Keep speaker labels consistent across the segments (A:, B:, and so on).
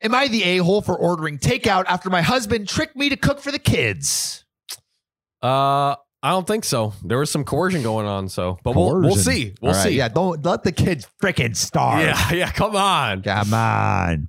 A: Am I the a hole for ordering takeout after my husband tricked me to cook for the kids?
B: Uh, I don't think so. There was some coercion going on, so but we'll, we'll
C: Coercion.
B: see. We'll
C: All right.
B: see.
A: Yeah, don't let the kids freaking starve.
B: yeah, yeah. Come on.
A: Come on.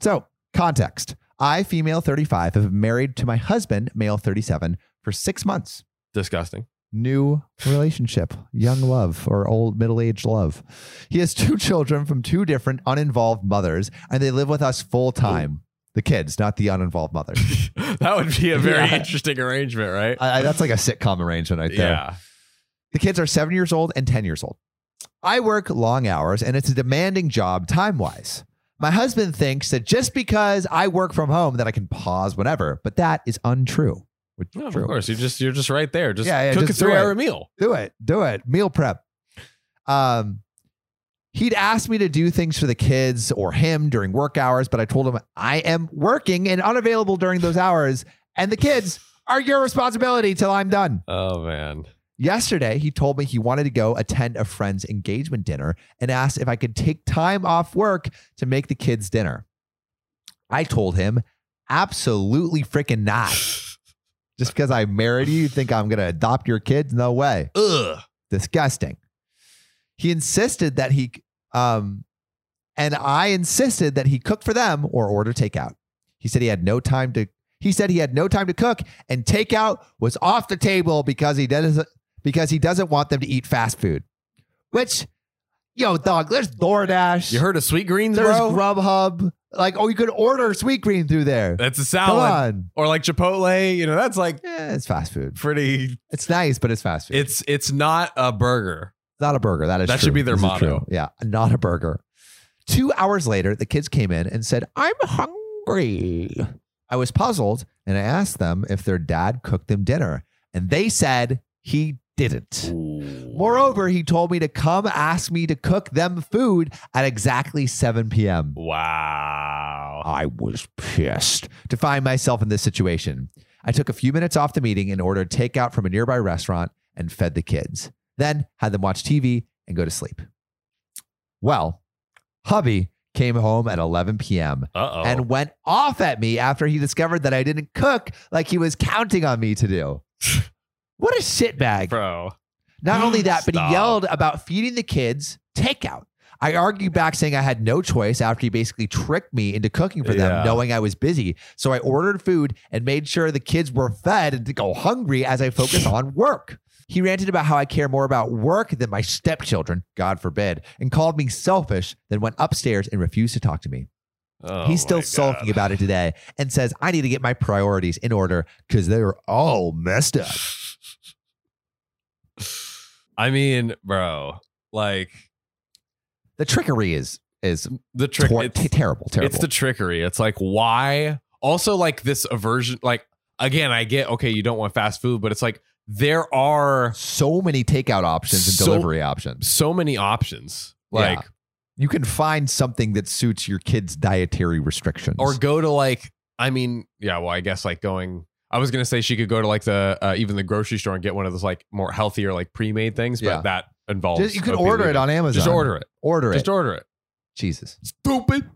A: So, context I, female 35, have been married to my husband, male 37, for six months.
B: Disgusting.
A: New relationship, young love, or old middle aged love. He has two children from two different uninvolved mothers, and they live with us full time. The kids, not the uninvolved mothers.
B: That would be a very
A: Yeah.
B: interesting arrangement, right?
A: I, I- that's like a sitcom arrangement right there.
B: yeah.
A: The kids are seven years old and 10 years old. I work long hours and it's a demanding job time wise. My husband thinks that just because I work from home that I can pause whenever, but that is untrue. Which
B: Yeah,
A: true.
B: Of course. You just you're just right there. Just
A: Yeah, yeah,
B: cook
A: just
B: a
A: do
B: three hour
A: it.
B: meal.
A: Do it. Do it. Meal prep. Um, he'd asked me to do things for the kids or him during work hours, but I told him I am working and unavailable during those hours, and the kids are your responsibility till I'm done.
B: Oh man.
A: Yesterday, he told me he wanted to go attend a friend's engagement dinner and asked if I could take time off work to make the kids dinner. I told him, absolutely freaking not. Just because I married you, you think I'm going to adopt your kids? No way.
B: Ugh.
A: Disgusting. He insisted that he, um, and I insisted that he cook for them or order takeout. He said he had no time to. He said he had no time to cook, and takeout was off the table because he doesn't because he doesn't want them to eat fast food. Which, yo, dog, there's DoorDash,
B: You heard of sweet greens,
A: there's
B: bro?
A: Grubhub. Like, oh, you could order sweet green through there.
B: that's a
A: Come
B: salad.
A: on,
B: Or like Chipotle, you know, that's like
A: Eh, it's fast food.
B: pretty
A: It's nice, but it's fast food.
B: it's it's not a burger.
A: Not a burger. That is
B: That should
A: true.
B: be their
A: This is
B: motto.
A: true. Yeah, not a burger. Two hours later, the kids came in and said, "I'm hungry." I was puzzled, and I asked them if their dad cooked them dinner, and they said he didn't. Moreover, he told me to come ask me to cook them food at exactly 7 p.m.
B: Wow.
A: I was pissed to find myself in this situation. I took a few minutes off the meeting and ordered takeout from a nearby restaurant and fed the kids, then had them watch TV and go to sleep. Well, hubby came home at 11 p.m.
B: Uh oh.
A: and went off at me after he discovered that I didn't cook like he was counting on me to do. what a shitbag.
B: bro.
A: Not only that, but
B: Stop.
A: he yelled about feeding the kids takeout. I argued back saying I had no choice after he basically tricked me into cooking for them,
B: Yeah.
A: knowing I was busy. So I ordered food and made sure the kids were fed and to go hungry as I focused on work. He ranted about how I care more about work than my stepchildren, God forbid, and called me selfish, then went upstairs and refused to talk to me.
B: Oh,
A: He's still
B: my
A: sulking
B: God.
A: about it today and says, I need to get my priorities in order because they're all messed up.
B: I mean, bro, like
A: The trickery is is
B: the trick
A: tor-
B: it's,
A: t- terrible, terrible.
B: it's the trickery. It's like why also like this aversion like again, I get okay, you don't want fast food, but it's like there are
A: so many takeout options and
B: So-
A: delivery options.
B: so many options. Like
A: Yeah. You can find something that suits your kids' dietary restrictions.
B: or go to like i mean yeah well i guess like going i was gonna say she could go to like the uh, even the grocery store and get one of those like more healthier like pre-made things but
A: Yeah.
B: that involves
A: Just- you can
B: opiate
A: order it
B: legal.
A: on Amazon.
B: just order it
A: Order it.
B: just order it
A: Jesus.
B: stupid